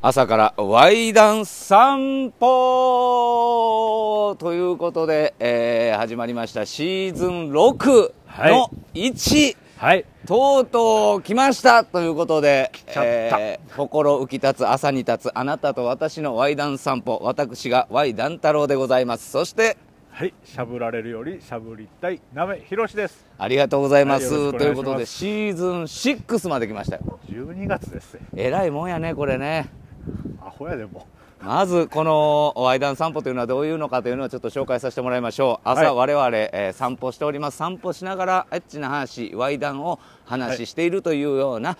朝からワイダン散歩ということで、えー始まりましたシーズン6の1、はい。とうとう来ましたということで、来ちゃったー心浮き立つ朝に立つあなたと私のワイダン散歩私がワイダン太郎でございますそしてはい。しゃぶられるよりしゃぶりたい、なめひろしです。ありがとうございます,、はいよろしくおと願いいうしますことでシーズン6まで来ましたよ12月ですよ。えらいもんやねこれねアホやでも。まずこのワイダン散歩というのはどういうのかというのをちょっと紹介させてもらいましょう朝、は我い々、えー散歩しております散歩しながらエッチな話ワイダンを話ししているというような、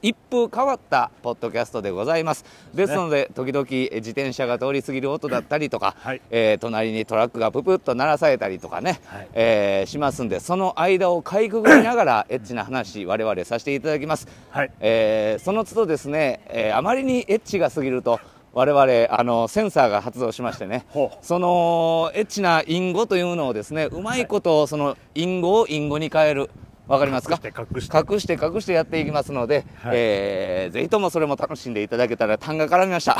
一風変わったポッドキャストでございますですので、時々えー自転車が通り過ぎる音だったりとか、はいえー隣にトラックがププッと鳴らされたりとかね、はいえーしますんでその間をかいくぐりながらエッチな話我々させていただきますはい。えーその都度ですね、えーあまりにエッチが過ぎると我々あのセンサーが発動しましてねほうそのエッチな隠語というのをですねうまいことその隠語を隠語に変えるわかりますか隠して隠して隠して隠してやっていきますので、はいえーぜひともそれも楽しんでいただけたら単が絡みました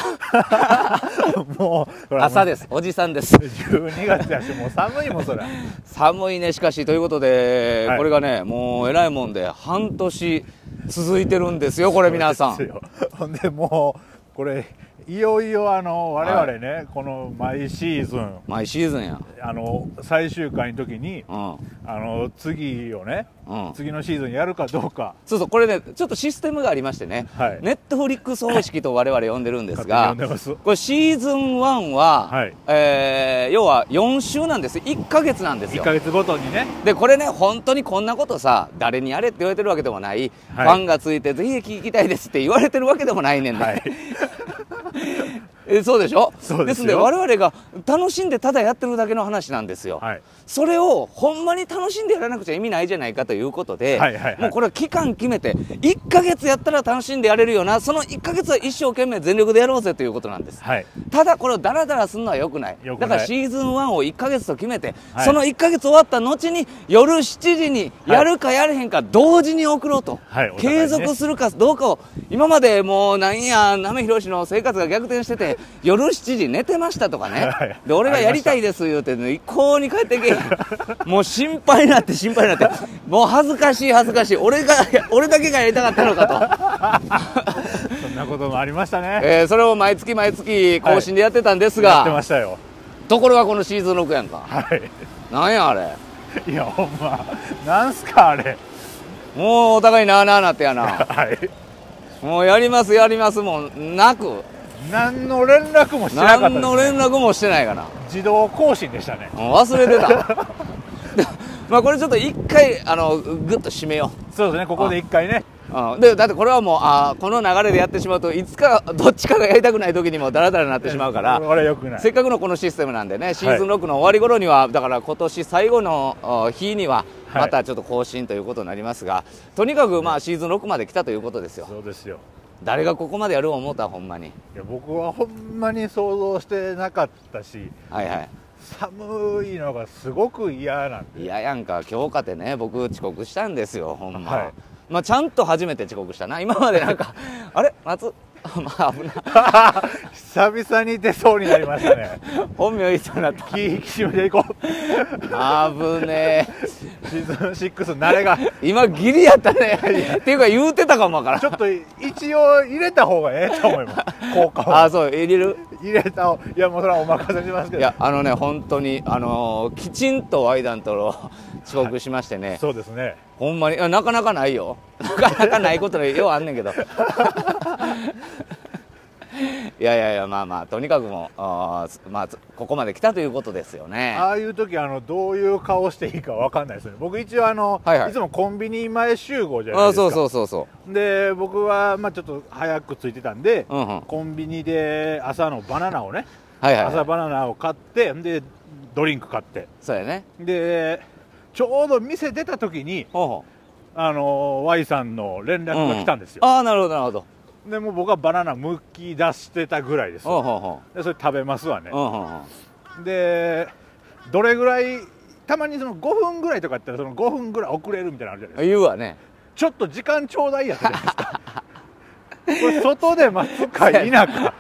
もう、朝で。ですおじさんです12月やし、もう寒いもん、そりゃ。寒いねしかしということで、はいこれがねもうえらいもんで半年続いてるんですよこれ皆 さんそうですよほんで、もう、これ、いよいよ、あの、我々ね、この毎シーズン、毎シーズンやあの、最終回の時に、うんあの、次をね、うん次のシーズンやるかどうか、そうそうこれねちょっとシステムがありましてね、はいネットフリックス方式と我々呼んでるんですが勝手に呼んでますこれシーズン1は、はいえー要は4週なんです1ヶ月なんです1よヶ月ごと にね、でこれね本当にこんなことさ誰にやれって言われてるわけでもない、はいファンがついてぜひ聞きたいですって言われてるわけでもないねんね、はい。えそうでしょそうですよので我々が楽しんでただやってるだけの話なんですよ、はい。それをほんまに楽しんでやらなくちゃ意味ないじゃないかということで、はいはいはいもうこれは期間決めて1ヶ月やったら楽しんでやれるよなその1ヶ月は一生懸命全力でやろうぜということなんですはい。ただこれをダラダラするのは良くない良くなだいからシーズン1を1ヶ月と決めて、はいその1ヶ月終わった後に夜7時にやるかやれへんか同時に送ろうと、はいお互い継ね続するかどうかを今までもうなんやなめひろしの生活が逆転してて 夜7時寝てましたとかね、はいで俺がやりたいです言うて、ね、一向に帰ってけえへん もう心配になって心配になってもう恥ずかしい恥ずかしい俺が俺だけがやりたかったのかと。そんなこともありましたね。えーそれを毎月毎月更新でやってたんですが、やってましたよ。ところがこのシーズン6やんかはい。なんやあれいや、ほんま、なんすか、あれ。もうお互いなあなあなってや なはい。もうやりますやりますもなく何の連絡もしてなかった何ですの連絡もしてないかな自動更新でしたね。もう忘れて たまあこれちょっと一回あのグッと締めよそうですね、ここで一回ね。ううんでだってこれはもうあーこの流れでやってしまうといつかどっちかがやりたくない時にもダラダラになってしまうからこれは良くないせ。っかくのこのシステムなんでね、シーズン6の終わり頃には、だから今年最後のあ日には、はいまたちょっと更新ということになりますが、とにかくまあシーズン6まで来たということですよ、そうですよ。誰がここまでやる思うたら、ほんまに。いや、僕はほんまに想像してなかったし、はいはい寒いのがすごく嫌なんで。いややんか今日かてね僕遅刻したんですよほんま、はいまあちゃんと初めて遅刻したな今までなんか あれ夏まあ危ない久々に出そうになりましたね。本名いそうになった気引き締めていこう。危ねえシーズン6慣れが。今ギリやったねっていうか言うてたかもわからんちょっと一応入れた方がええと思います。効果を。ああそう入れる入れたをいやもうそれはお任せしますけいどやあのね本当にあのーきちんとワイダンとの遅刻しましてね、そうですねほんまにいやなかなかないよなかなかないことでようあんねん けどいやいやいやまあまあとにかくもうあーすまあつここまで来たということですよねああいう時あのどういう顔していいかわかんないですよね僕一応あの、はいいはいつもコンビニ前集合じゃないあですかそうそうそうそうで僕は、まあ、ちょっと早く着いてたんで、うんうんコンビニで朝のバナナをね、うはいはい、朝バナナを買ってでドリンク買ってそうやねでちょうど店出た時にほうほあの Y さんの連う絡が来たんですよう、ああなるほどなるほどでもう僕はバナナむき出してたぐらいですほうよほうほでそれ食べますわねううんうんうんでどれぐらいたまにその5分ぐらいとかやったらその5分ぐらい遅れるみたいなのあるじゃないですか言うわねちょっと時間ちょうだいやったじゃないですかこれ外で待つか否かせやな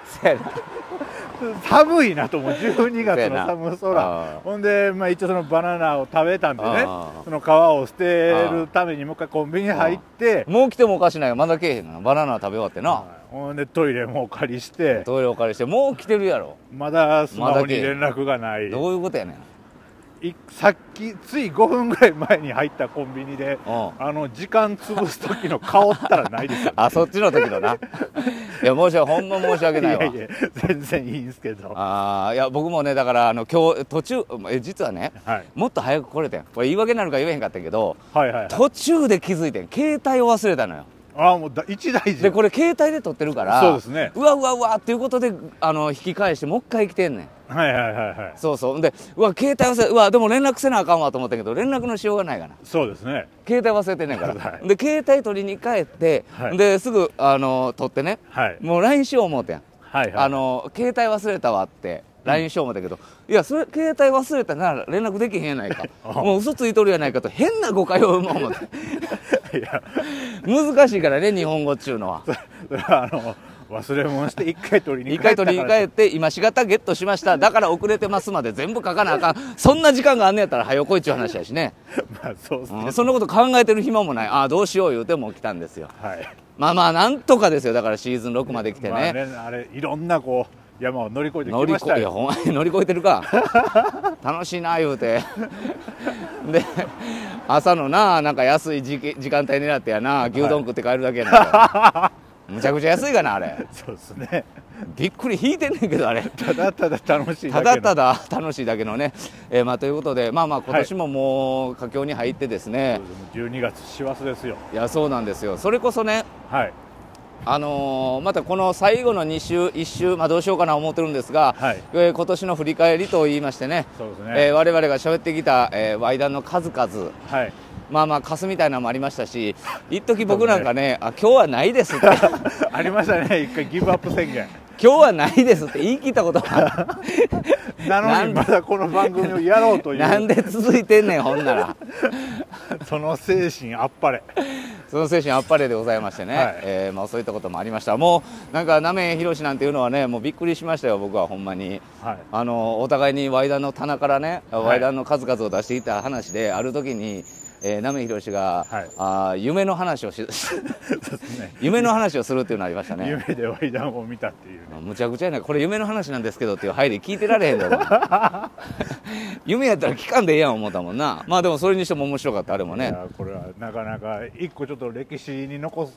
寒いなと思う12月の寒せやな空ほんで、まあ、一応そのバナナを食べたんでねあーその皮を捨てるためにもう一回コンビニ入ってもう来てもおかしないがまだ来えへんなバナナ食べ終わってなほんでトイレもお借りしてトイレお借りしてもう来てるやろまだスマホに連絡がないどういうことやねんいさっきつい5分ぐらい前に入ったコンビニでうんあの時間潰す時の顔ったらないですよあそっちの時の ないや申し訳ほんま申し訳い ないわやいや全然いいんですけどはあーいや僕もねだからあの今日途中え実はねいはいもっと早く来れてんこれ言い訳になるか言えへんかったけどはいはい途中で気づいてん携帯を忘れたのよああもうだ一大事でこれ携帯で撮ってるからそうですねうわうわうわっていうことであの引き返してもう一回来てんねんはいはいはいはいそうそうでうわ携帯忘れうわでも連絡せなあかんわと思ったけど連絡のしようがないかなそうですね携帯忘れてんねんから、はいで携帯取りに帰って、はいですぐあの撮ってねはいもう LINE しよう思うてんはいはいあの携帯忘れたわって LINE しよう思ったけど、いやそれ携帯忘れたなら連絡できへんやないか あもう嘘ついとるやないかと変な誤解を生む思って いや難しいからね日本語っちゅうのは それはあの忘れ物して一回取りに一帰った回から取りに帰って今しがたゲットしましただから遅れてますまで全部書かなあかんそんな時間があんねやったら早よ来いっちゅう話やしね、まあそうですね、うんそんなこと考えてる暇もないああどうしよう言うてもう来たんですよはいまあまあなんとかですよだからシーズン6まで来てね,、まあねあれいろんなこう山を乗り越えてき乗りま越したえいやよほんま に乗り越えてるか 楽しいな言うてで朝のななんか安い時期時間帯狙ってやな牛丼食って帰るだけやな、むちゃくちゃ安いかなあれそうですねびっくり引いてんねんけどあれただただ楽しいだたけのだただ楽しいだけのね、えーまあ、ということでまあまあ今年ももう佳境に入ってですね、 12月師走ですよい、やそうなんですよそれこそねはいあのーまたこの最後の2週1週、まあ、どうしようかな思ってるんですが、はいえー今年の振り返りと言いましてねそうですねえー我々が喋ってきた、えー、ワイダンの数々はいまあまあカスみたいなのもありました し一時僕なんかねあ今日はないですって今ありましたね一回ギブアップ宣言日はないですって言い切ったことが あななのんにまだこの番組をやろうとるいなんうで続いてんねんほんな らその精神あっぱれその精神あっぱれでございましてね、はいえーまあ、そういったこともありましたもうなんかなめひろしなんていうのはねもうびっくりしましたよ僕はほんまに。はいあのお互いにワイダンの棚からね、いワイダンの数々を出していた話である時に、えー、なめひろしが、はいあー夢の話をしそうですね 夢の話をするっていうのありましたね夢でワイダンを見たっていうねむちゃくちゃやなこれ夢の話なんですけどっていう入り聞いてられへんだろ 夢やったら聞かんでええやん思ったもんなまあでもそれにしても面白かったあれもいねやこれはなかなか一個ちょっと歴史に残す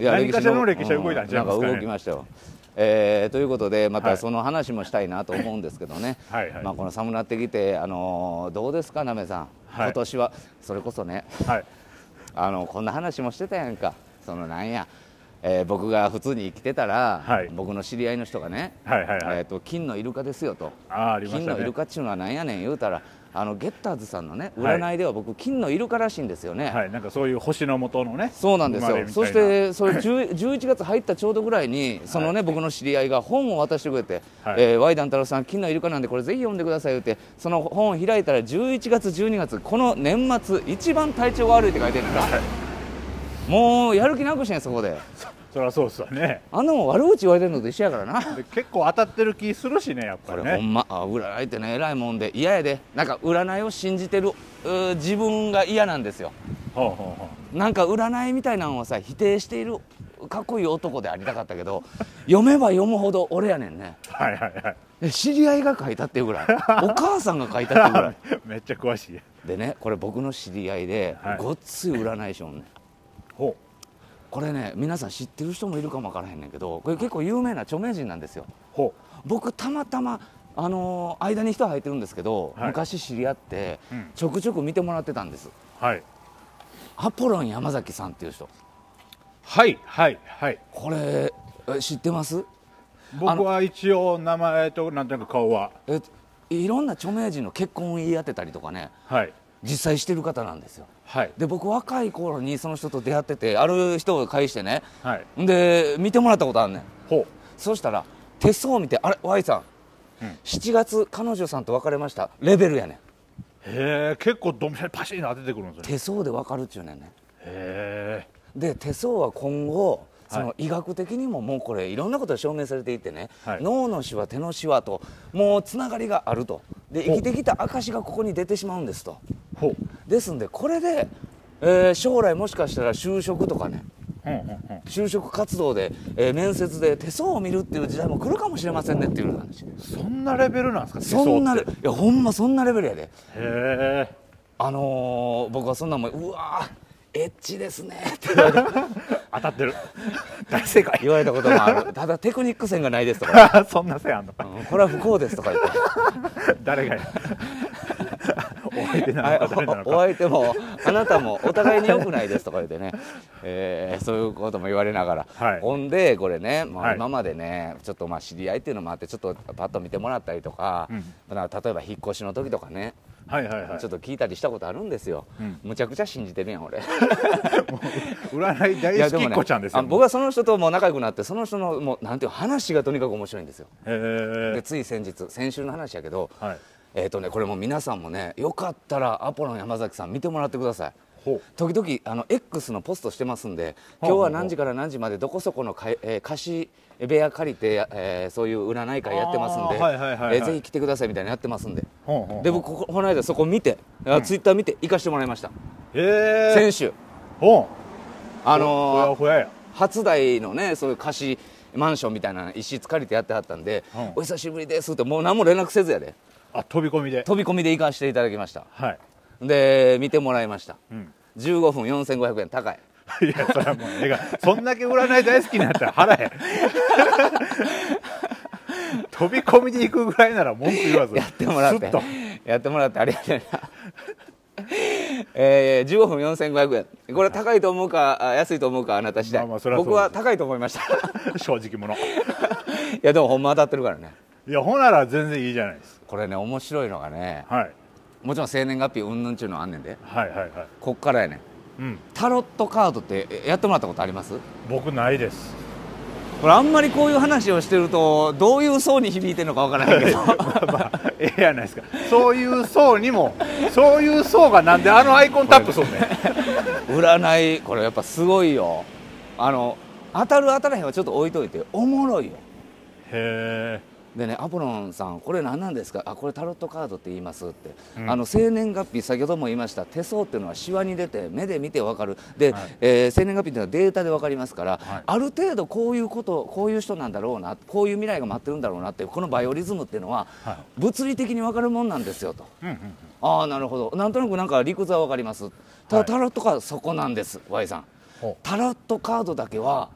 いや何かしらの歴史が動いたんじゃないでうんなすかねんか動きましたよえーということでまはたいその話もしたいなと思うんですけどねはいはいまあ、この寒なってきて、あのーどうですかなめさん、はい今年はそれこそねはいあのこんな話もしてたやんかそのなんや、えー僕が普通に生きてたら、はい僕の知り合いの人がね、はいはいはいえー、と金のイルカですよとああありまし金たのイねルカっていうのはなんやねん言うたらあのゲッターズさんのねはい占いでは僕、金のイルカらしいんですよね、はいなんかそういう星の元のねそうなんです生まれよみたいそなしてそれ10 11月入ったちょうどぐらいにそのね、僕の知り合いが本を渡してくれて「はいえーワイダン太郎さん金のイルカなんでこれぜひ読んでください」言ってその本を開いたら11月12月この年末一番体調が悪いって書いてるんだ、はいもうやる気なくしてんそこでそりゃそうですわねあんなもん悪口言われてるのと一緒やからなで結構当たってる気するしねやっぱこれりほねんまあ占いってねえらいもんで嫌やでなんか占いを信じてるうー自分が嫌なんですよほうほうほなんか占いみたいなのをさ否定しているかっこいい男でありたかったけど読めば読むほど俺やねんね うはいはいはいで知り合いが書いたっていうぐらい お母さんが書いたっていうぐらい めっちゃ詳しいでねこれ僕の知り合いで、はいごっつい占い師おんねんほうこれね皆さん知ってる人もいるかもわからへんねんけどこれ結構有名な著名人なんですよほ僕たまたまあのー間に人入ってるんですけど、はい昔知り合って、うんちょくちょく見てもらってたんですうはいアポロン山崎さんっていう人はいはいはいこれえ知ってます僕は一応名前となんとなく顔はえいろんな著名人の結婚を言い当てたりとかねはい実際してる方なんですよはいで僕若い頃にその人と出会っててある人を介してねはいで見てもらったことあるねんほそうしたら手相を見て「あれ Y さん、うん7月彼女さんと別れました」レベルやねんうへえ結構ドンピシャにパシーンと当ててくるんですよね手相で分かるっちゅうねんねへえで手相は今後その医学的にももうこれいろんなことが証明されていてね、はい脳のしわ手のしわともうつながりがあるとで生きてきた証がここに出てしまうんですとほうですんでこれで、えー将来もしかしたら就職とかねうんうんうん就職活動で、えー面接で手相を見るっていう時代も来るかもしれませんねっていう話そんなレベルなんですか手相っそてんなレいやほんまそんなレベルやでへえあのー僕はそんなもんうわーエッチですねって当たっ てる大正解言われたこともあるただテクニック線がないですとか、そんな線あんのかうんこれは不幸ですとか言って誰 がやお相手なのか誰なはい、のおおか相手もあなたもお互いに良くないですとか言ってね、 えーそういうことも言われながら、はいほんでこれね、まあはい今までねちょっとまあ知り合いっていうのもあってちょっとパッと見てもらったりとか,、うんだから例えば引っ越しの時とかねはいはいはいちょっと聞いたりしたことあるんですよ、うんむちゃくちゃ信じてるやん 俺占いい大や好きっ子ちゃんですよあ僕はその人ともう仲良くなってその人のもうなんていうの話がとにかく面白いんですよへえでつい先日先週の話やけど、はいえっ、とねこれも皆さんもねよかったらアポロン山崎さん見てもらってくださいほう時々あの X のポストしてますんでほ今うほう日ほうは何時から何時までどこそこのかい、えー貸し部屋借りて、えーそういう占い会やってますんで、あーはいはいはいはいえーぜひ来てくださいみたいなのやってますんで、ほうほうで僕こここの間そこ見て、あツイッター見て行かしてもらいました、へえ先週ほうあほやのーほやや初台のねそういう貸しマンションみたいなの一室借りてやってはったんで、うんお久しぶりですってもう何も連絡せずやであ飛び込みで飛び込みで行かしていただきましたはいで見てもらいましたうん15分4500円高い いやそれはもうええがそんだけ占い大好きになったら払 え飛び込みで行くぐらいなら文句言わずやってもらっスッてとやってもらってありがたいな えー、15分4500円これ高いと思うかあ安いと思うかあなた次第、まあまあそれはそう僕は高いと思いました 正直者いやでもほんま当たってるからねいやほんなら全然いいじゃないですこれね面白いのがねか、はい、もちろん生年月日うんぬんちゅうのあんねんではいはいはいこっからやねんうんタロットカードってえやってもらったことあります僕ないですこれあんまりこういう話をしてるとどういう層に響いてるのかわからないけどまあまあええやないですか そういう層にもそういう層がなんであのアイコンタップすんねん占いこれやっぱすごいよあの当たる当たらへんはちょっと置いといておもろいよへえでねアポロンさんこれ何なんですかあこれタロットカードって言いますって、うんあの生年月日先ほども言いました手相っていうのはシワに出て目で見てわかるで、はいえー生年月日っていうのはデータでわかりますから、はいある程度こういうことこういう人なんだろうなこういう未来が待ってるんだろうなってこのバイオリズムっていうのはは物理的にわかるもんなんですよと。うんうんああなるほどなんとなくなんか理屈はわかりますたはだいタロットカードそこなんです Y さんほうタロットカードだけは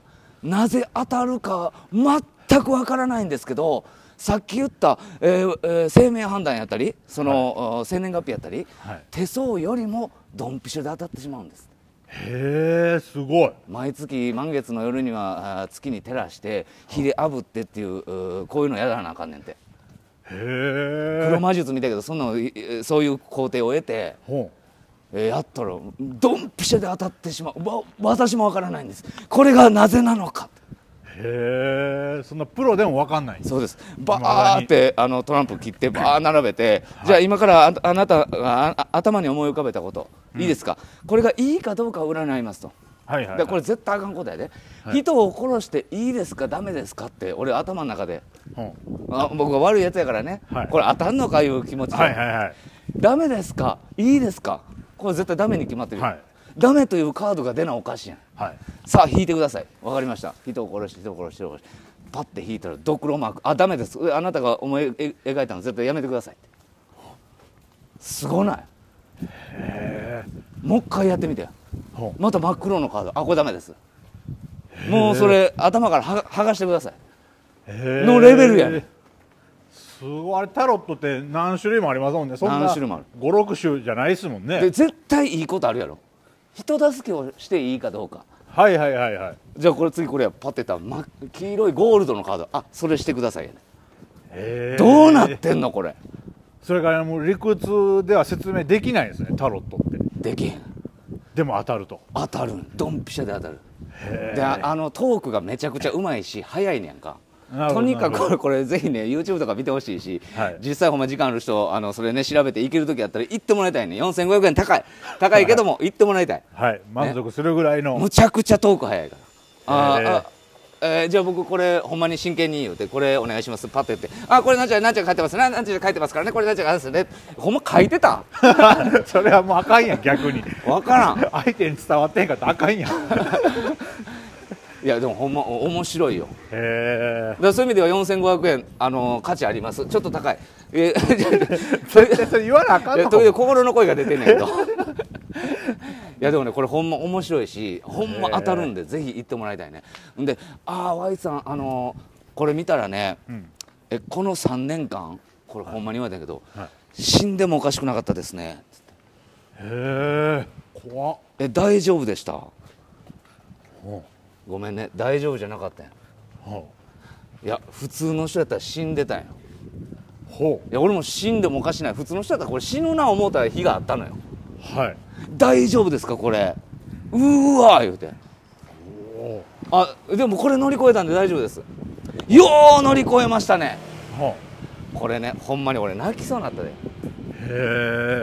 なぜ当たるか全くわからないんですけどさっき言った、えーえー生命判断やったりその、生年月日やったり、はい手相よりもドンピシャで当たってしまうんですへえすごい毎月満月の夜にはあー月に照らして火で炙ってっていううーこういうのやらなあかんねんてへ黒え魔術見たけどそんなのいいそういう工程を得てほえーやったらドンピシャで当たってしまうわ私もわからないんですこれがなぜなのかうへえそんなプロでもわかんないそうですバーってあのトランプ切ってバー並べて、じゃあ今からああなたがああ頭に思い浮かべたこと、いいですかこれがいいかどうかを占いますと。はいはい、はでい、これ絶対あかんことやで、人を殺していいですかダメですかって俺頭の中でほうあ僕は悪いやつやからね、はいこれ当たんのかいう気持ちで、はいはいはいダメですかいいですかこれ絶対ダメに決まってる、はいダメというカードが出なおかしいやんはいさあ引いてくださいわかりました人を殺して人を殺して人を殺してパッて引いたらドクロマークあダメですうあなたが思い描描いたの絶対やめてくださいってすごないもう一回やってみてほまた真っ黒のカードあこれダメですもうそれ頭からはが剥がしてくださいののレベルやねんすごいあれタロットって何種類もありますもんねそんな何種類もある56種じゃないですもんでね絶対いいことあるやろ人助けをしていいかどうかはいはいはいはいじゃあこれ次これやパッてたら真っ黄色いゴールドのカードあそれしてくださいやねへーどうなってんのこれそれからもう理屈では説明できないですねタロットってできへんでも当たると当たるんドンピシャで当たるでああのトークがめちゃくちゃうまいし早いねやんかなるほとどにかなくるほこれこれぜひね YouTube とか見てほしいし、はい実際ほんま時間ある人あのそれね調べて行ける時やったら行ってもらいたいね4500円高い高いけども行ってもらいたいはい満足するぐらいの、むちゃくちゃトーク早いからあえーーあえーじゃあ僕これほんまに真剣に言うてこれお願いしますパッと言って「あこれなんちゃらなんちゃら書いてますななんちゃら書いてますからねこれなんちゃらなんですよね」ほんま書いてた それはもうあかんやん逆にわからん相手に伝わってへんかったらあかんやんいやでもほんまお面白いよへえだからそういう意味では4500円、あのー価値ありますちょっと高いえ それ言わなあか いんやの時々心の声が出てんねんけど いやでもねこれほんま面白いしほんま当たるんでぜひ行ってもらいたいねんで「ああ Y さんあのーこれ見たらね、んえこの3年間これほんまに言われたけど、はい死んでもおかしくなかったですねつってへえ怖っ」え大丈夫でしたうんうんごめんね大丈夫じゃなかったんやいや普通の人やったら死んでたんやほいや俺も死んでもおかしない普通の人だったらこれ死ぬな思うた日があったのようはい大丈夫ですかこれうーわー言うておうあでもこれ乗り越えたんで大丈夫ですよう乗り越えましたねはこれねほんまに俺泣きそうになったであへ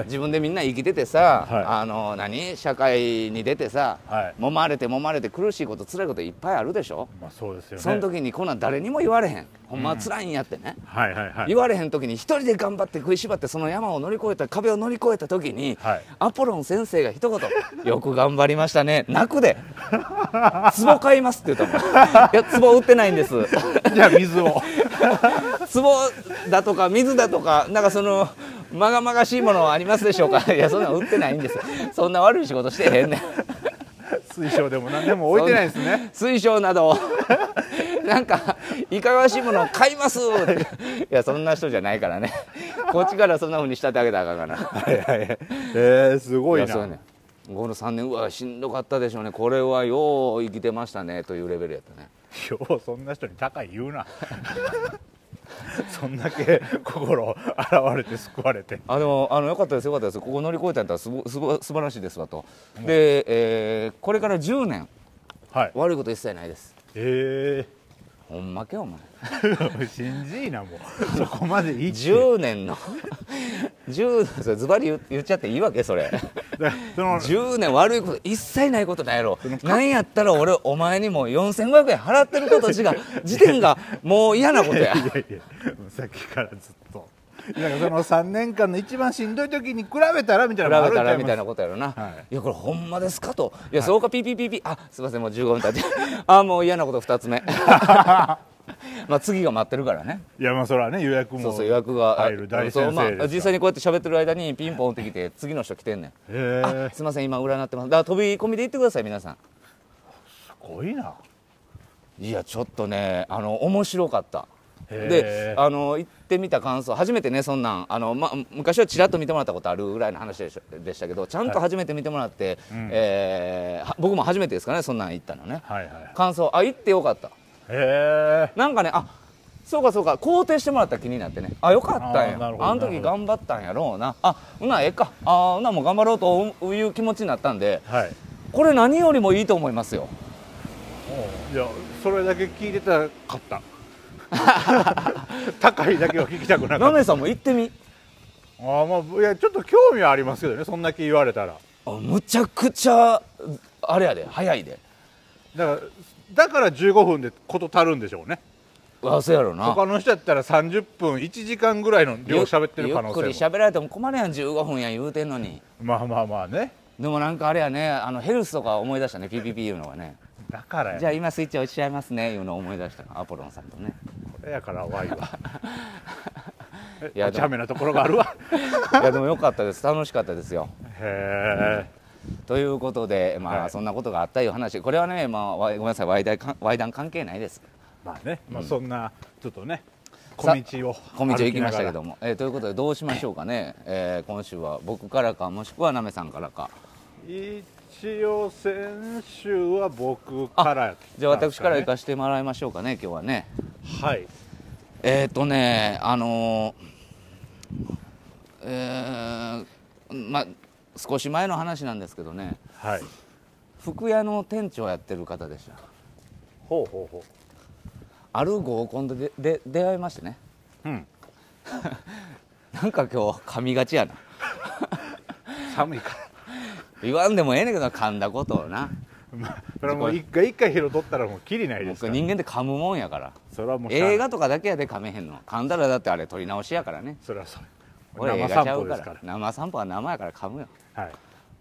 え自分でみんな生きててさ、はいあの何社会に出てさ、はい揉まれて揉まれて苦しいこと辛いこといっぱいあるでしょまあそうですよねその時にこんなん誰にも言われへんほんまは辛いんやってね、はいはいはい言われへん時に一人で頑張って食いしばってその山を乗り越えた壁を乗り越えた時に、はいアポロン先生が一言 「よく頑張りましたね」泣くで「壺買います」って言ったもん いや壺売ってないんですじゃあ水を壺だとか水だとかなんかそのまがまがしいものはありますでしょうか いやそんなん売ってないんですそんな悪い仕事してへんねん水晶 でも何でも置いてないんですね水晶など なんかいかがわしいものを買いますっていやそんな人じゃないからねこっちからそんなふうに仕立て上げたらあかんからはいはいへ えすごいいやなそうやねこの3年うわしんどかったでしょうねこれはよう生きてましたねというレベルやったねようそんな人に高い言うな そんだけ心洗われて救われてあでもあのよかったですよかったですここ乗り越えたんやったらすごすご素晴らしいですわとで、えーこれから10年はい悪いこと一切ないですえほんまけお前え 信じいなもうそこまで言い切って10年 の10年それズバリ言言っちゃっていいわけそ れだその10年悪いこと一切ないことないやろなんやったら俺お前にもう4500円払ってること違う時点がもう嫌なことやいやいやもうさっきからずっとなんかその3年間の一番しんどい時に比べたらみたいなのもあ比るべんちたらみたゃいますいなことやろな、、はいやこれほんまですかといや、そうかピーピーピーピーあすいませんもう15分 経ってあもう嫌なこと2つ目まあ次が待ってるからねいやまあそれはね予約もそうそう予約が入る大そ先うまあ生です実際にこうやって喋ってる間にピンポンってきて次の人来てんねんへあえすいません今占ってますだから飛び込みで行ってください皆さすごいなんいやちょっとねあの面白かったでへえあの行ってみた感想初めてねそんなんあの、ま、昔はちらっと見てもらったことあるぐらいの話でしょでしたけどちゃんと初めて見てもらって、えーは僕も初めてですかねそんなん行ったのねはいはい感想あ行ってよかったへえなんかねあそうかそうか肯定してもらった気になってねあよかったんあーやなるほどあのなる時ほど頑張ったんやろうなあほなええかあほなもう頑張ろうという気持ちになったんではいこれ何よりもいいと思いますよ いやそれだけ聞いてたかった高いだけは聞きたくなかナったメさんも行ってみああまあいやちょっと興味はありますけどねそんだけ言われたらあむちゃくちゃあれやで早いでだからだから15分で事足るんでしょうねあそうやろうな他の人やったら30分1時間ぐらいの量喋ってる可能ゆゆっくり性も喋られても困るやん15分や言うてんのにまあまあまあねでもなんかあれやねあのヘルスとか思い出したね PPP いうのがねだからやじゃあ今スイッチ押しちゃいますねいうのを思い出したアポロンさんとねこれやからワ イはえいやお茶目なところがあ るわいやでもよかったです楽しかったですよへえということでまあ、はいそんなことがあったいう話これはね、まあ、わいごめんなさいワイダイかワイダン関係ないですまあね、まあ、そんなちょっとね小さ道を小道を行きましたけ歩ども、えーということでどうしましょうかね、えー今週は僕からかもしくはなめさんからかきながら一応先週は僕からやったんですねじゃあ私から行かせてもらいましょうかね今日はねはいえっ、ー、とね、あのーえーまあ、少し前の話なんですけどね、はい服屋の店長やってる方でした。ほうほうほある合コンででで出会いましてね、う うんなんか今日噛みがちやな。寒いから言わんでもええねんけど、噛んだことをな。 まあ、それはもう一回一回拾っとったらもうきりないで僕すから人間って噛むもんやからそれはもうしゃあない映画とかだけやで噛めへんの噛んだらだってあれ撮り直しやからねそれはそう俺映画生散ちゃ歩うでかすらから生散歩は生やから噛むよはい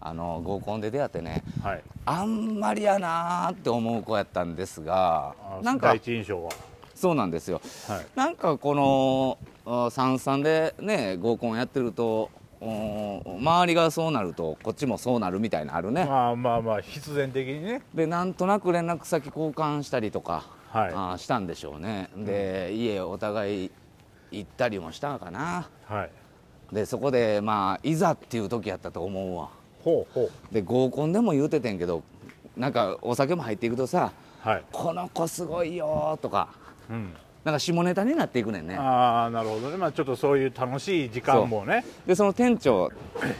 あの合コンで出会ってねはいあんまりやなーって思う子やったんですがあなんか第一印象はそうなんですよはいなんかこのあ三々でね合コンやってるとお周りがそうなるとこっちもそうなるみたいなのあるねまあまあまあ必然的にねでなんとなく連絡先交換したりとか、はあいーしたんでしょうねで家お互い行ったりもしたのかなはいでそこでまあいざっていう時やったと思うわほうほで合コンでも言うててんけどなんかお酒も入っていくとさうはい「この子すごいよ」とかうんなんか下ネタになっていくねんねああなるほどねまあちょっとそういう楽しい時間もねでその店長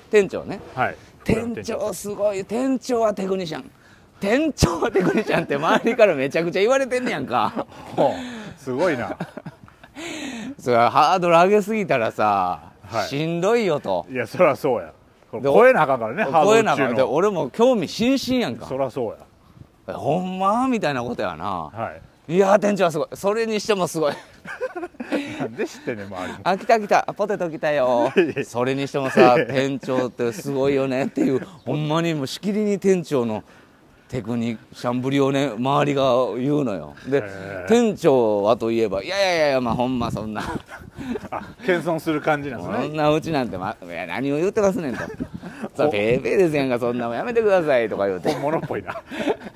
店長ねはい店長すごい店長はテクニシャン店長はテクニシャンって周りからめちゃくちゃ言われてんねやん かほうすごいなそれはハードル上げすぎたらさ、はいしんどいよといやそりゃそうやこれでお超えなあかんからねハード超えルな中がらの俺も興味津々やんそかりゃそうやほんまみたいなことやなはいいやー店長はすごいそれにしてもすごいなんで知ってんねん周りもあ来た来たポテト来た よそれにしてもさ店長ってすごいよねっていうほんまにもうしきりに店長のテクニシャンぶりをね周りが言うのよでへー店長はといえばいやいやいやいやまあほんまそんなあ謙遜する感じなんですそねんなうちなんて、ま、いや何を言ってますねん とさあペーペーですやんかそんなもんやめてくださいとか言うて本物っぽ いな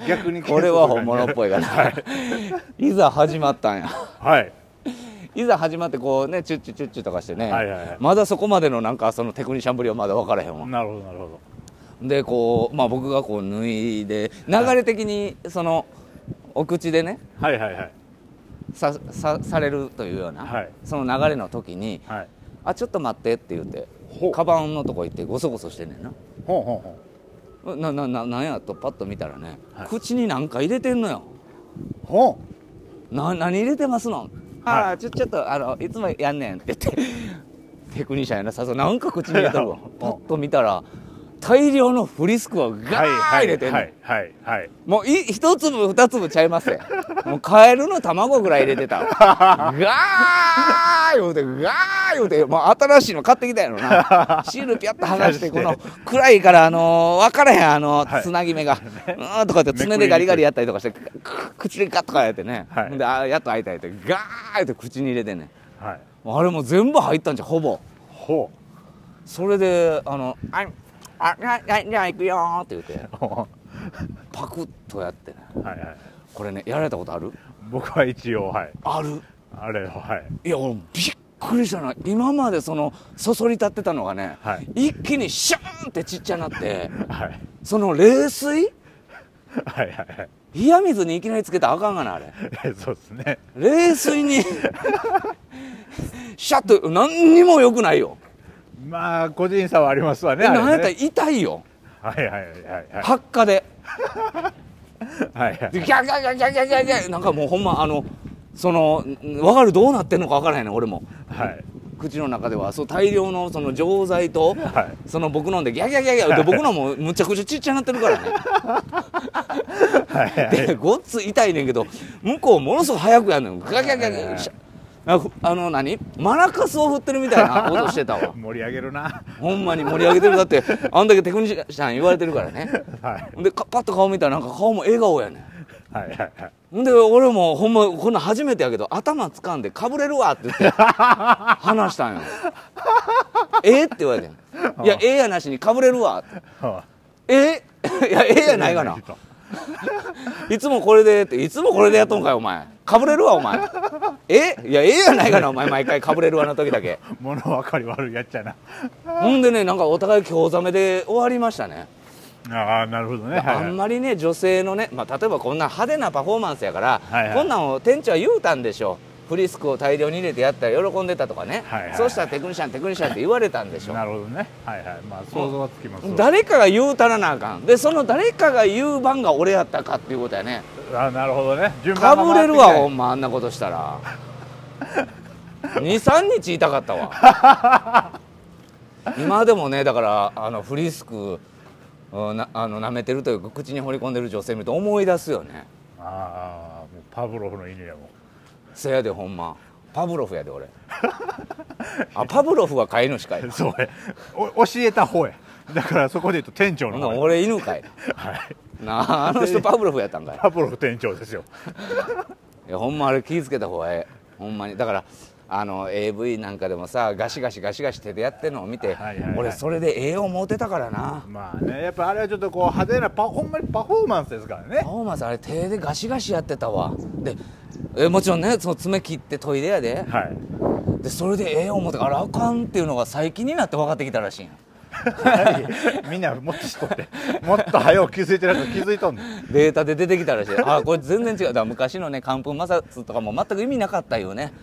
逆にこれは本物っぽいいから、 い、ざ始まったんやはいいざ始まってこうねチュッチュチュッチュとかしてね、はいはいはいまだそこまでのなんかそのテクニシャンぶりはまだ分からへんわなるほどなるほどでこう、まあ、僕がこう脱いで流れ的にそのお口でねはいはいはいささされるというような、はいその流れの時にはい「あちょっと待って」って言ってほうカバンのとこ行ってゴソゴソしてんねんなほうほうほななななんやとパッと見たらね、はい口になんか入れてんのようほな何入れてますの、ああちょちょっとあのいつもやんねんって言ってテクニシャンやなさそうなんか口に入れてる わパッと見たら大量のフリスクをガーうはいッは入いれてんの、はいはいはいもうい一粒二粒ちゃいますよもうカエルの卵ぐらい入れてたわガー言うてガー言うてもう新しいの買ってきたやろなシールピャッと剥がしてこの暗いからあのー、分からへんあのはいつな ぎ目が、うーんとかって爪でガリガリやったりとかしてく口でガッとかやってね、はいであやっと開いたりってガーって口に入れてねはいあれもう全部入ったんじゃうほぼほそれであの「ああじゃあじゃあ行くよ」って言ってうほパクッとやってねうはいはいこれねやられたことある僕は一応はいあるあれははいいや俺びっくりしたな今までそのそそり立ってたのがね、はい一気にシャーンってちっちゃなってはいその冷水はいはい冷や水にいきなりつけたらあかんがなあれはい そうですね冷水 にシャッと何にも良くないよ、まあ個人差はありますわねえあれなんやったらね痛いよはいはいはいはいはい発火ではいはいでギャギャギャギャギャギャギャなんかもうほんまあのその分かるどうなってんのか分からへんねん俺もはい口の中ではそう大量のその錠剤と、はいその僕飲んでギャギャギャギャで僕のもむちゃくちゃちっちゃなってるからねはいはいでごっつ痛いねんけど向こうものすごく早くやんのよガキャガキャガキャあふあの何マラカスを振ってるみたいな音してた わ盛り上げるなほんまに盛り上げてるだってあんだけテクニシャン言われてるからねはいでかパッと顔見たらなんか顔も笑顔やねはいはいはいんんで俺もほんまこんなん初めてやけど頭掴んでかぶれるわって言って話したんよええって言われてんいやええやなしにかぶれるわってはええ いやええやないがな「いつもこれで」って「いつもこれでやっとんかいお前かぶれるわお前」え「えいやええやないかなお前毎回かぶれるわ」の時だけあ物分かり悪いやっちゃなほんでねなんかお互い興ざめで終わりましたねああなるほどねはいあはいんまりね女性のね、まあ、例えばこんな派手なパフォーマンスやから、はいはいこんなんを店長は言うたんでしょうフリスクを大量に入れてやったら喜んでたとかね、はいはいそうしたらテクニシャンテクニシャンって言われたんでしょうなるほどねはいはいまあ想像はつきますわ誰かが言うたらなあかんでその誰かが言う番が俺やったかっていうことやねあなるほどね順か番ぶが回れってるきてわほんまあんなことしたら23日痛かった わ今でもねだからあのフリスクうんなあの舐めてるというか口に放り込んでる女性見ると思い出すよねああもうパブロフの犬やもんせやでほんまパブロフやで 俺あパブロフは飼い主かいなそうやお教えた方やだからそこで言うと店長ほのんなら方や俺犬かいはいなああの人パブロフやったんかいパブロフ店長ですよいやほんまあれ気ぃつけた方がええほんまにだからあの AV なんかでもさガシガシガシガシ手でやってんのを見て、はいはいはい俺それで栄養持てたからな、まあねやっぱあれはちょっとこう派手なパほんまにパフォーマンスですからねパフォーマンスあれ手でガシガシやってたわでえもちろんねその爪切ってトイレやではいでそれで栄養持てたからあかんっていうのが最近になって分かってきたらしいんやみんなもっとしとってもっと早う気づいてるやつ気づいとんねんデータで出てきたらしいあこれ全然違うだから昔のね寒風摩擦とかも全く意味なかったよね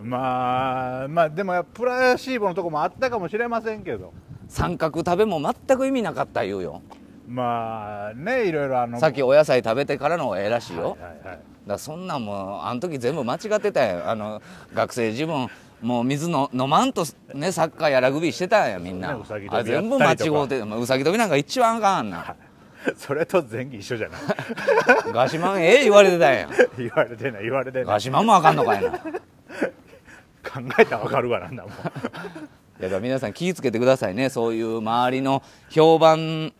まあまあでもやっぱプラシーボのとこもあったかもしれませんけど三角食べも全く意味なかったいうよまあねいろいろあのさっきお野菜食べてからの方がええらしいよ、はいはいはいだからそんなんもうあの時全部間違ってたやんあの学生自分もう水の飲まんとねサッカーやラグビーしてたんやみんな、そうねうさぎ跳びあれ全部間や違ったりとかうてまあうさぎ跳びなんか一番あかんあんなそれと前儀一緒じゃないガシマンええ言われてたやん言われてない言われてないガシマンもあかんのかいないや考えたらわかるわなんだもんだから皆さん気ぃつけてくださいねそういう周りの評判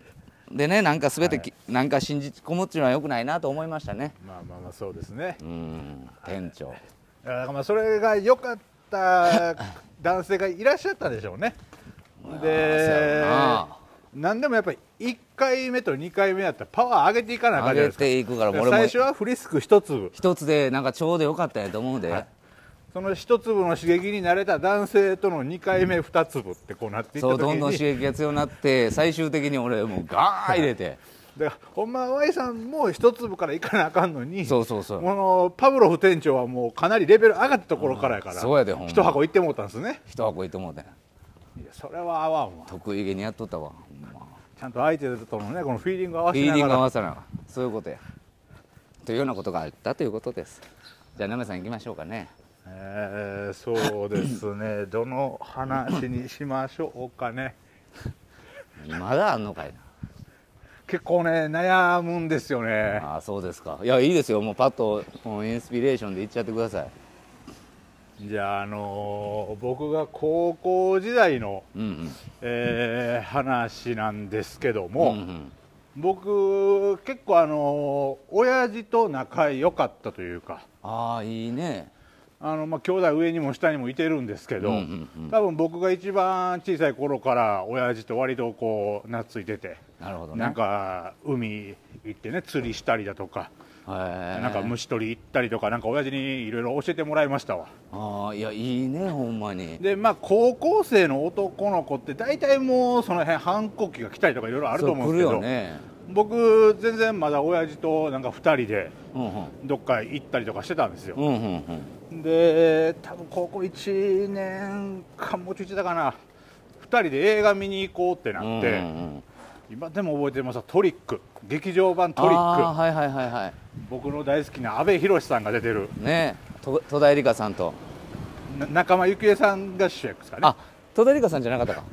でねなんか全てき、なんか信じ込むっていうのはよくないなと思いましたねまあまあまあそうですねうん店長だからまあそれが良か った男性がいらっしゃったんでしょうねであ何でもやっぱり1回目と2回目やったらパワー上げていかない上感じゃなげいですかていくから俺も最初はフリスク一粒一つでなんかちょうどよかったんやと思うで、はいその一粒の刺激に慣れた男性との2回目2粒ってこうなっていったそう時にどんどん刺激が強くなって 最終的に俺もうガー入れ てだからほんまは Y さんも一粒からいかなあかんのにそうそうそうこのパブロフ店長はもうかなりレベル上がったところからやから、うんそうやでほんま一箱いってもうたんですね一箱いと思うていやそれは合わんわ得意げにやっとったわほんまちゃんと相手とのねこのフィーリング合フわせィーなリンがグ合らわせなそういうことやというようなことがあったということですじゃあナメさん行きましょうかねえーそうです ねどの話にしましょうかねまだあんのかい結構ね悩むんですよねなああそうですかいやいいですよもうパッともうインスピレーションで行っちゃってくださいじゃああのー僕が高校時代の、うんうんえー話なんですけどうも、んうん僕結構あのー親父と仲良かったというかああいいねあのまあ兄弟上にも下にもいてるんですけど、うんうんうん多分僕が一番小さい頃から親父と割とこう懐いてて、なるほどねなんか海行ってね釣りしたりだとか、ななんか虫取り行ったりとかなんか親父にいろいろ教えてもらいましたわああいやいいねほんまにでまあ高校生の男の子って大体もうその辺反抗期が来たりとかいろいろあると思うんですそけうど、来るよね僕全然まだ親父となんか2人でうんうんどっか行ったりとかしてたんですよ、うんうんうんで多分高校1年間もうちょいしてたかな2人で映画見に行こうってなって、うんうんうん今でも覚えてますわトリック劇場版トリあーックはいはいはいは僕の大好きな阿部寛さんが出てるいねえと戸田恵梨香さんと、な仲間由紀恵さんが主役ですかねあ戸田恵梨香さんじゃなかったか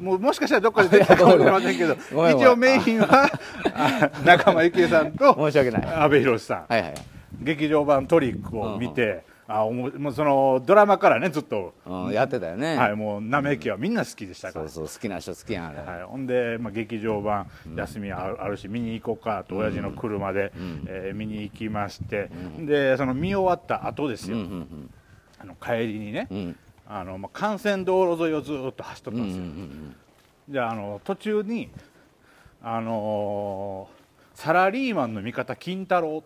もうもしかしたらどっかで出てたかもしれませんけどごめんごめん一応メインはあ仲間由紀恵さんと申し訳ないは阿部寛さん、いはい、劇場版トリックを見て、あおももうそのドラマからねずっと、うん、やってたよね、はい、もうなめきはみんな好きでしたかそらうそう好きな人好きやんあれ、はい、ほんで、まあ、劇場版休みあるあるし見に行こうかと親父の車で、えー見に行きまして、でその見終わった後ですうよ、んうんあの帰りにね、うんうんあのまあ、幹線道路沿いをずーっと走っとったうんんですうよ、んじゃああの途中に、あのーサラリーマンの味方金太郎は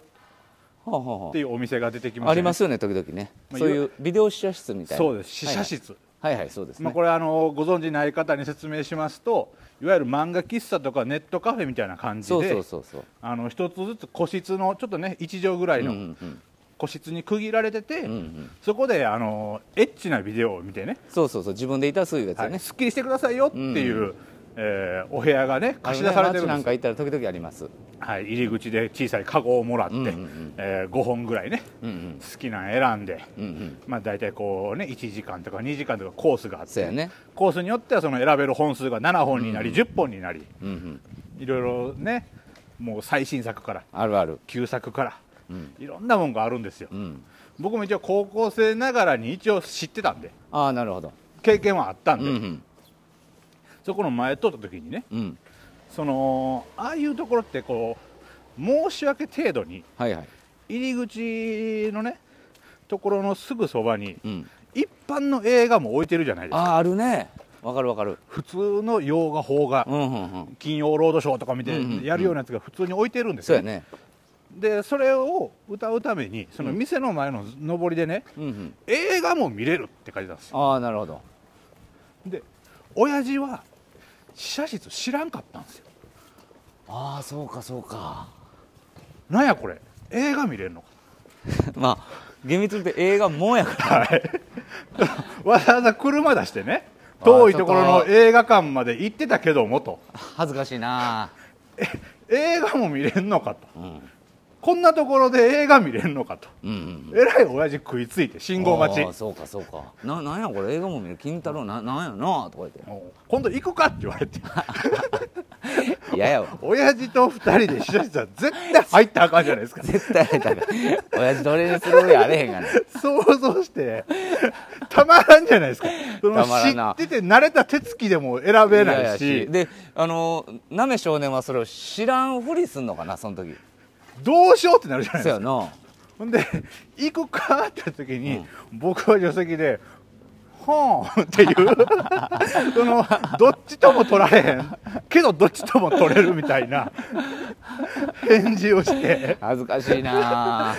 あはあはっていうお店が出てきましあた、ね、ありますよね時々ね、まあそういうビデオ試写室みたいなそうです試写室、はいはい、はいはいそうですね、まあ、これあのご存じない方に説明しますといわゆる漫画喫茶とかネットカフェみたいな感じでそうそうそうそうあの一つずつ個室のちょっとね1畳ぐらいうんうのんうん個室に区切られてて、うんうんそこであのエッチなビデオを見てねそうそうそう自分でいたそういうやつよはいね、すっきりしてくださいよっていう、うえーお部屋がね貸し出されてるんあのね街なんですか行ったら時々ありますはい、入り口で小さいカゴをもらって、うんうんうえ5本ぐらいね、うんうん好きなの選んで、うんうんまあ、大体こうね1時間とか2時間とかコースがあっそうて、やねコースによってはその選べる本数が7本になり、10本になりうんうんいろいろねもう最新作からあるある旧作から、いろんなもんがあるんですよ、うん僕も一応高校生ながらに一応知ってたんでああなるほど経験はあったんうんで、うんそこの前通った時にねうんそのああいうところってこう申し訳程度にはいはい入り口のねところのすぐそばにうん一般の映画も置いてるじゃないですかあああるねわかるわかる普通の洋画邦画、うんうんうん金曜ロードショーとか見てうんうんやるようなやつが普通に置いてるんですそうよ、やねでそれを歌うためにその店の前の上りでね、うんうん映画も見れるって書いてたんですよああなるほどで親父は試写室知らんかったんですよああそうかそうかなんやこれ映画見れるのか まあ厳密に言って映画もんやから わざわざ車出してね遠いところの映画館まで行ってたけどもと恥ずかしいな映画も見れんのかとうんこんなところで映画見れんのかとうんうんえらい親父食いついて信号待ちああそうかそうかななんやこれ映画も見る金太郎ななんやなとか言ってもう今度行くかって言われていややわ親父と2人で試写室は絶対入ったらあかんじゃないですか絶対入ったらあかん親父どれにする上あれへんがな想像してたまらんじゃないですかそのたまらんな知ってて慣れた手つきでも選べ嫌なやいしであのなめ少年はそれを知らんふりすんのかなその時どうしようってなるじゃないそうでやすかなほんで行くかって言った時に、僕は助手席で「ほーん」っていうそのどっちとも取られへんけどどっちとも取れるみたいな返事をして恥ずかしいな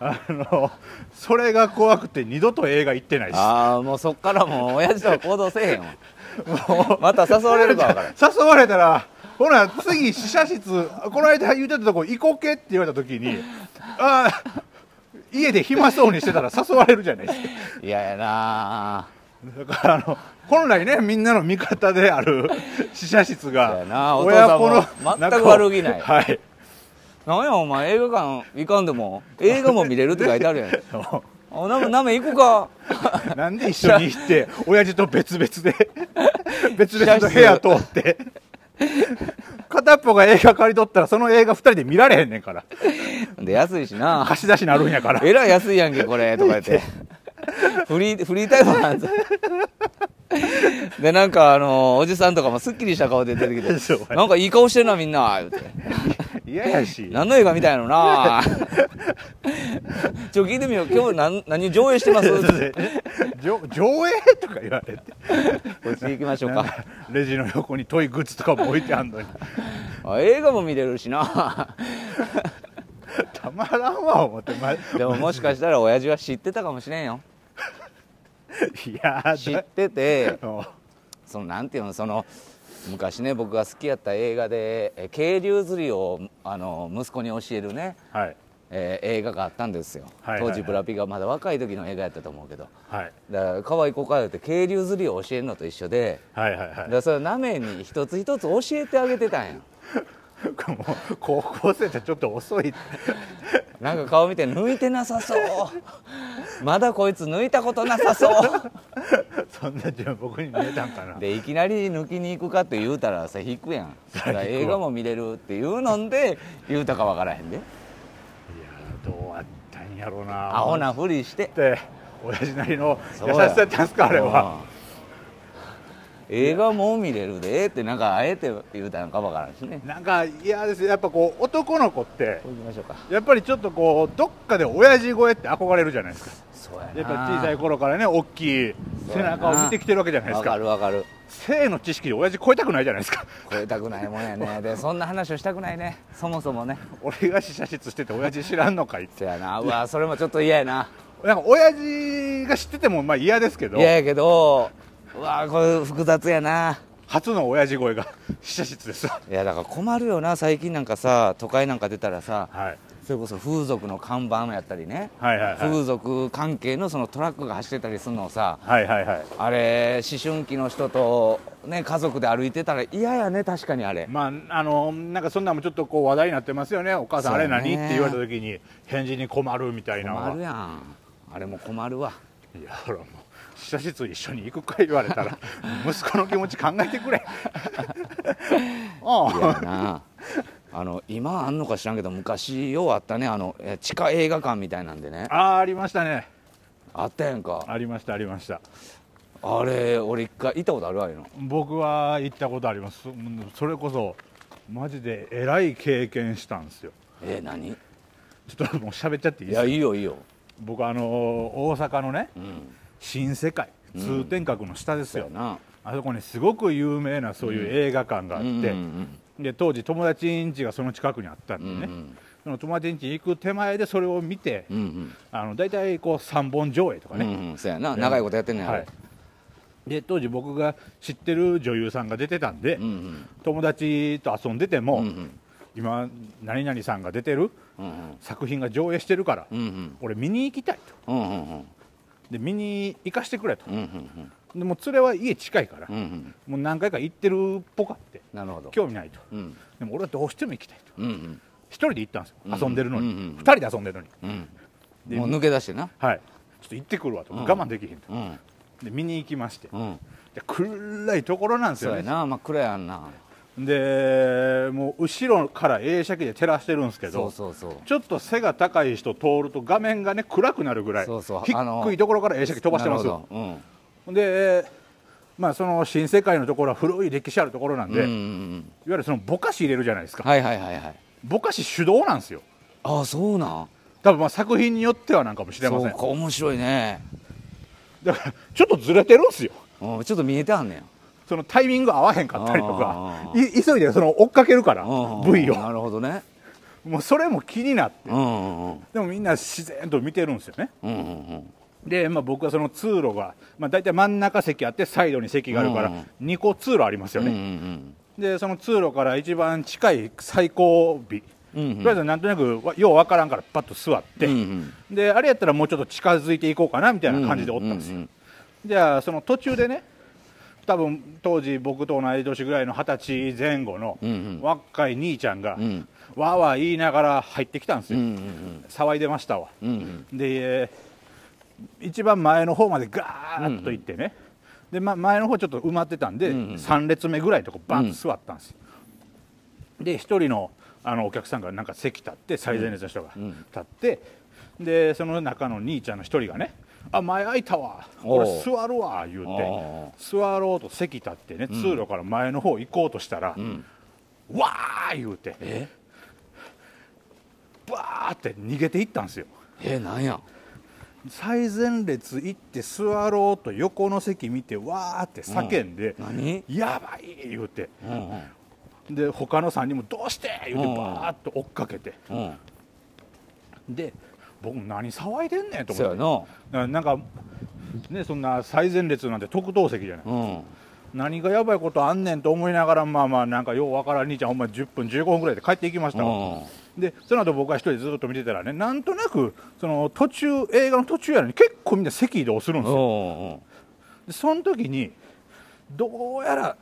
あのそれが怖くて二度と映画行ってないしああもうそっからもう親父とは行動せえへんわまた誘われるか分からん誘われたらほら次試写室この間言ってたとこ行こうけって言われた時にああ家で暇そうにしてたら誘われるじゃないですか嫌やなだからあの本来ねみんなの味方で ある試写室そうやがなお父さんも全く悪気ないはいなんやお前映画館行かんでも映画も見れるって書いてあるや んおなめなめ行くかなんで一緒に 行って親父と別々で別々の部屋通って片っぽが映画借り取ったらその映画2人で見られへんねんからで安いし な貸し出しなるんやからえらい安いやんけこれとか言ってフリーフリータイムなんぞでなんかあのおじさんとかもすっきりした顔で出てきてそう「なんかいい顔してるなみんな」言うて嫌やし何の映画みたいのなちょ聞いてみよう今日何何上映して ます上上映とか言われてこっち行きましょうなんかかレジの横にトイグッズとかも置いてあ んのにあ映画も見れるしなたまらんわ思って、ま、いでももしかしたら親父は知ってたかもしれんよや知だっててもそのなんていうのその昔ね僕が好きやった映画でえ渓流釣りをあの息子に教えるね、うはいえー映画があったんですよ、はいはいはい当時ブラピがまだ若い時の映画やったと思うけどはいだから可愛い子からって渓流釣りを教えるのと一緒ではいはいはだいからそれなめに一つ一つ教えてあげてたんやもう高校生ってちょっと遅いなんか顔見て抜いてなさそう まだこいつ抜いたことなさそう そんな自分僕に見えたんかなでいきなり抜きに行くかって言うたらさ引くやんだから映画も見れるっていうので言うたかわからへんでいやどうあったんやろうなアホなふりしてって親父なりの優そうしやさやったんすかあれはうん映画も見れるでってなんかあえて言うたのかわからんしねなんか嫌ですよやっぱこう男の子ってこう行きましょうかやっぱりちょっとこうどっかで親父声って憧れるじゃないですかそうやなやっぱ小さい頃からね大きい背中を見てきてるわけじゃないですわかかるわかる性の知識で親父超えたくないじゃないですか 超えたくないもんやねでそんな話をしたくないねそもそもね俺が試写室してて親父知らんのかいってそやなうわそれもちょっと嫌や ななんか親父が知っててもまあ嫌ですけど嫌やけどうわこれ複雑やな初の親父声が試写室ですわ いやだから困るよな最近なんかさ都会なんか出たらさはいそれこそ風俗の看板やったりね、はいはいはい風俗関係のそのトラックが走ってたりするのをさはいはいはいあれ思春期の人と、ね、家族で歩いてたら嫌やね確かにあれまああのなんかそんなんもちょっとこう話題になってますよねお母さんあれ何、そうねって言われた時に返事に困るみたいなのは困るやんあれも困るわいやほらもう試写室一緒に行くか言われ たら息子の気持ち考えてくれ嫌あやなあ の今あんのか知らんけど昔ようあったねあのえ地下映画館みたいなんでねあああありましたねあったやんかありましたありましたあれ俺一回行ったことあるわああいうの僕は行ったことありますそそれこそマジでえらい経験したんですよえー、何いちょっともう喋っちゃっていいですやかいいよいいよ僕あのー大阪のねうん新世界通天閣の下ですそうよ、やなあそこにすごく有名なそういう映画館があって、うんうんで当時友達ん家がその近くにあったんでうんうね、んその友達ん家行く手前でそれを見て、うんうんあの大体こう3本上映とかうんうね、んうんそうやな長いことやってんねんあはれい、で当時僕が知ってる女優さんが出てたんで、うんうん友達と遊んでても、うんうん今何々さんが出てるうんうん作品が上映してるから、うんうん俺見に行きたいとうんうんうんで見に行かしてくれと、うんうんでもう連れは家近いから、うんうんもう何回か行ってるっぽかってなるほど興味ないとうんでも俺はどうしても行きたいうとんうん一人で行ったんですよ、うん遊んでるのうに、んうんうん二人で遊んでるのにうんでもう抜け出してなはいちょっと行ってくるわと、うん我慢できへんとうんで見に行きましてうんで暗いところなんですそうよやねな真っ暗やんなでもう後ろから映写機で照らしてるんですけどそうそうそうちょっと背が高い人通ると画面がね暗くなるぐらいそうそうあの低いところから映写機飛ばしてますなるよほどうんでまあその新世界のところは古い歴史あるところなんで、うんういわんうんゆるそのぼかし入れるじゃないですか、はいはいはいはいぼかし手動なんですよああそうなん多分まあ作品によってはなんかもしれまそせうんか面白いねだからちょっとずれてるんですようんちょっと見えてはんねやそのタイミング合わへんかったりとあかーい急いでその追っかけるからうん V をなるほどねもうそれも気になってうんうんうんでもみんな自然と見てるんですよねうんうんうんで、まあ、僕はその通路が、まあ、大体真ん中席あってサイドに席があるかうんら2個通路ありますようんうね、んでその通路から一番近い最後尾、うんうんとりあえずなんとなくわようわからんからパッと座って、うんうんであれやったらもうちょっと近づいていこうかなみたいな感じでおったんですよ、うんじゃあその途中でね多分当時僕と同い年ぐらいの二十歳前後のうんうん若い兄ちゃんが、うんわーわー言いながら入ってきたんですうよ、んうん騒いでましたわうんうんでえー一番前の方までガーッと行ってね、で、ま、前の方ちょっと埋まってたんで、うんうん3列目ぐらいのとこバンと座ったんですよ、で一人のあのお客さんがなんか席立って最前列の人がうん立って、でその中の兄ちゃんの一人がね「あ前空いたわおう俺座るわ」言うおて座ろうと席立ってね通路から前の方行こうとしたら「んわー!」言うてえバーって逃げていったんですよえなんや最前列行って座ろうと横の席見てわーって叫んで「何やばい!」言うてうんうんで他の3人も「どうして!」言ううんてバーっと追っかけてうんで僕何騒いでんねんとそうや思ってなななんかねそんな最前列なんて特等席じゃないうん何がやばいことあんねんと思いながらまあまあなんかようわからん兄ちゃんほんま10分15分ぐらいで帰っていきましたわでその後僕は一人でずっと見てたらねなんとなくその途中映画の途中やのに結構みんな席移動するんですうよんうんでその時にどうやら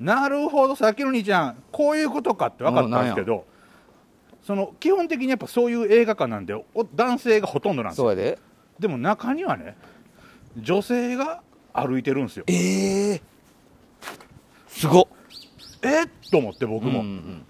なるほどさっきの兄ちゃんこういうことかって分かったんですけどその基本的にやっぱそういう映画館なんでお男性がほとんどなんです そうよやででも中にはね女性が歩いてるんですよええすごっえっと思って僕も、うん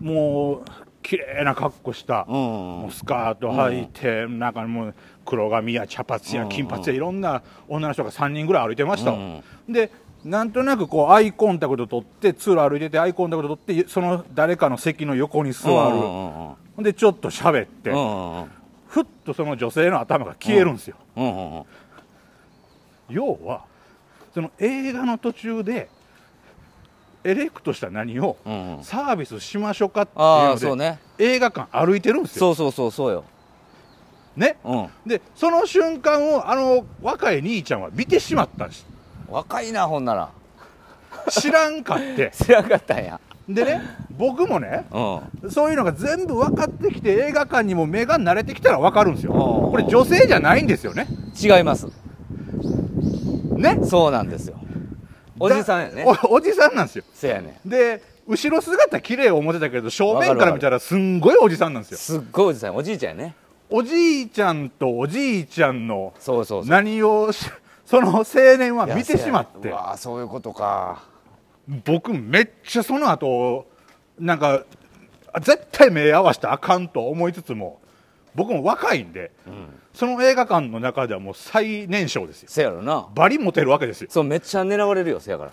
もう綺麗な格好した、うんうんもうスカート履いて、なんかもう黒髪や茶髪うやん金髪やいろんな女の人が3人ぐらい歩いてましたわ、うんでなんとなくこうアイコンタクト取って通路歩いててアイコンタクト取ってその誰かの席の横に座る、うんうんうんほんでちょっと喋って、うんうんふっとその女性の頭が消えるんですよ、うんうんうん要はその映画の途中でエレクトした何をうんうんサービスしましょうかっていうあのあでそうね映画館歩いてるんですよそうそうそうそうよねうんでその瞬間をあの若い兄ちゃんは見てしまったんです若いなほんなら 知らんかって知らんかったんやでね僕もねうんそういうのが全部分かってきて映画館にも目が慣れてきたら分かるんですよおーこれ女性じゃないんですよね違いますねそうなんですよおじさんやねおおじさんなんですよせやねで後ろ姿綺麗を思ってたけど正面から見たらすんごいおじさんなんですよすっごいおじさんおじいちゃんやねおじいちゃんとおじいちゃんのそうそうそう何をしその青年はいや見てしまっせやねてうわーそういうことか僕めっちゃその後なんか絶対目合わせたらあかんと思いつつも僕も若いんで、その映画館の中ではもう最年少ですよせやろなバリモテるわけですよそうめっちゃ狙われるよせやから